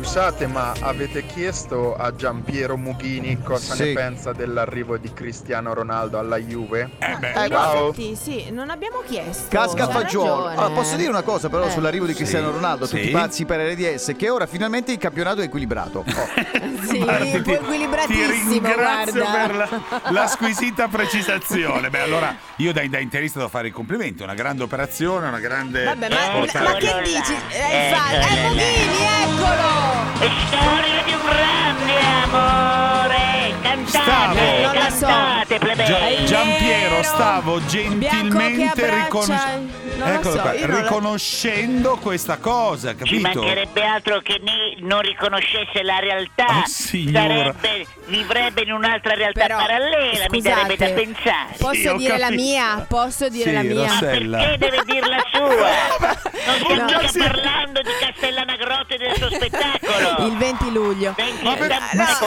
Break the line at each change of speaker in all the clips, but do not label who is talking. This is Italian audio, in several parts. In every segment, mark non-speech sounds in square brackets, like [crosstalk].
Scusate, ma avete chiesto a Giampiero Mughini cosa
Sì.
ne pensa dell'arrivo di Cristiano Ronaldo alla Juve?
Eh beh.
Eh,
Ciao.
infatti, sì, non abbiamo chiesto.
Casca
C'ha
fagiolo.
ragione.
Allora, posso dire una cosa però
Eh.
sull'arrivo di Cristiano Ronaldo,
Sì.
tutti pazzi per RDS, che ora finalmente il campionato è equilibrato.
[laughs]
Sì,
Guardi, ti-
equilibratissimo,
Ti ringrazio
guarda.
per la, la
[laughs]
squisita precisazione. Beh, allora io da, da interista devo fare i complimenti. Una grande operazione, una grande. Oh,
Vabbè, ma,
portata.
ma che dici? Eh, infatti, eh, Mughini, eccolo!
È storia di un grande amore.
Stavo-
Cantate,
Non
la so.
cantate,
Gia-
È
plebei.
Giampiero,
nero,
stavo
bianco che
gentilmente
abbraccia-
riconoscendo.
Non lo so, io non la-
riconoscendo questa cosa,
Ci
capito?
mancherebbe altro che ne- non riconoscesse la realtà.
Oh, signora.
Sarebbe, vivrebbe in un'altra realtà
Ah, Però,
parallela,
scusate,
mi darebbe da pensare.
Posso
Sì, ho
dire la
capito.
mia? Posso dire
Sì,
la
lo
mia?
so.
Ma
Stella.
perché deve
[laughs]
dir la sua? Non stiamo
No.
mica parlando di Castellanagrotte e del suo spettacolo.
[laughs] Il 20 luglio. Eh,
Venti-
Ma per-
da- ecco,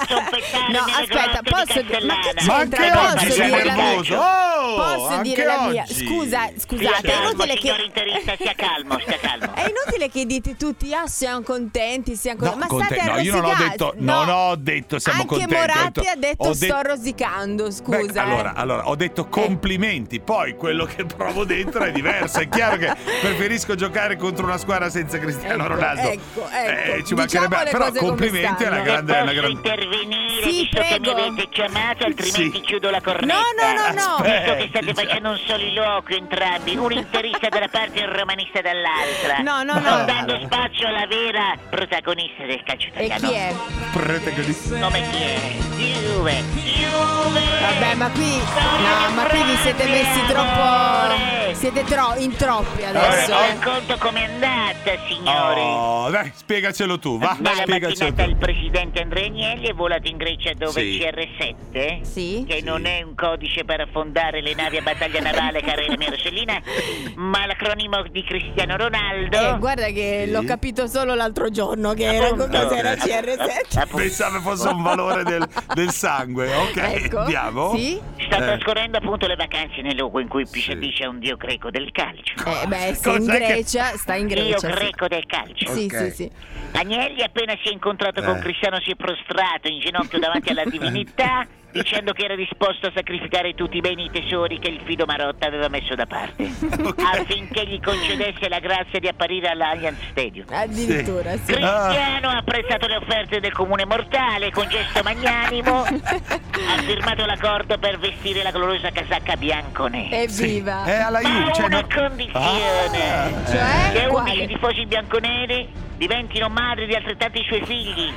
[laughs]
a zompettare
No,
nelle
aspetta,
grotte di
posso dire- ma che
Castellana.
Ma
c'entra?
anche
Posso
oggi sei
dire la-
nervoso. Oh,
Posso
anche
dire la mia?
oggi.
Scusa,
Sia
scusate, è
calmo,
inutile
signor
che
interista, sia calmo, sia calmo.
È inutile che dite tutti, ah, siamo contenti, siamo
No,
contenti. ma
conte-
state
no, io non ho
arrossicati.
detto- non ho detto siamo
Anche
contenti, ho
Moratti
detto-
ha detto
ho
sto
detto-
rosicando, scusa.
Beh,
eh.
allora, allora, ho detto complimenti, poi quello che provo dentro è diverso. È chiaro che preferisco giocare contro una squadra senza Cristiano
Ecco,
Ronaldo.
ecco, ecco.
Eh, ci
Diciamo
mancherebbe.
le
Però
cose come
complimenti è una
stanno.
Se
grande. è una
posso
grande-
intervenire,
Sì,
visto che mi
prego.
avete chiamato, altrimenti
Sì.
chiudo la cornetta.
No, no, no, no.
Visto che state
Aspetta.
facendo un soliloquio entrambi, un interista da una parte e un romanista dall'altra.
No, no,
Non
no.
dando spazio alla vera protagonista del calcio
E
italiano.
chi è?
protagonista.
Come chi è? Juve. Juve.
Vabbè, ma qui No, ma qui vi siete messi troppo siete tro- in troppi adesso.
Ora oh. vi
eh.
racconto com'è andata, signori.
Oh, dai, spiegacelo tu, va,
Nella
spiegacelo
mattinata
tu.
il presidente Andrea Agnelli è volato in Grecia dove
Sì.
il CR7,
Sì.
che
Sì.
non è un codice per affondare le navi a battaglia navale, cara mia Rossellina, ma l'acronimo di Cristiano Ronaldo.
[laughs] Eh, guarda che
Sì.
l'ho capito solo l'altro giorno che era
Appunto.
cos'era
Ok.
CR7.
Appunto.
Pensavo fosse un valore del, del sangue, ok?
Ecco.
Andiamo.
Sì?
Sta
Eh.
trascorrendo appunto le vacanze nel luogo in cui
Sì.
dice un dio greco del calcio.
Eh, beh, se
Cos'è
in
che-
Grecia, sta in
Dio
Grecia. sì.
greco del calcio.
Sì,
Ok.
sì, sì.
[laughs]
Agnelli appena si è incontrato
Eh.
con Cristiano si è prostrato in ginocchio davanti alla
[laughs]
divinità dicendo che era disposto a sacrificare tutti i beni e i tesori che il fido Marotta aveva messo da parte affinché gli concedesse la grazia di apparire all'Allianz Stadium.
Addirittura, sì.
Cristiano ha apprezzato le offerte del comune mortale con
[laughs]
gesto magnanimo ha firmato l'accordo per vestire la gloriosa casacca bianconera.
Evviva.
È alla
Ma
Juve. cioè,
una
no-
condizione
Ah.
Cioè,
che
quale?
unici i tifosi bianconeri diventino madri di altrettanti suoi figli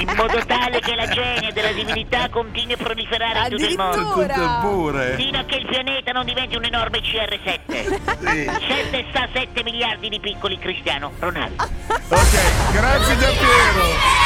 in modo tale che la genia della divinità continui a proliferare in tutto il mondo
Addirittura.
Tutto pure.
fino a che il pianeta non diventi un enorme CR7
Sì.
7 sta a 7 miliardi di piccoli cristiano Ronaldo
Ok, grazie Giampiero.